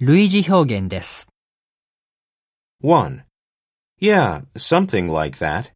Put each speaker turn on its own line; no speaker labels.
類似表現です。
1. Yeah, something like that.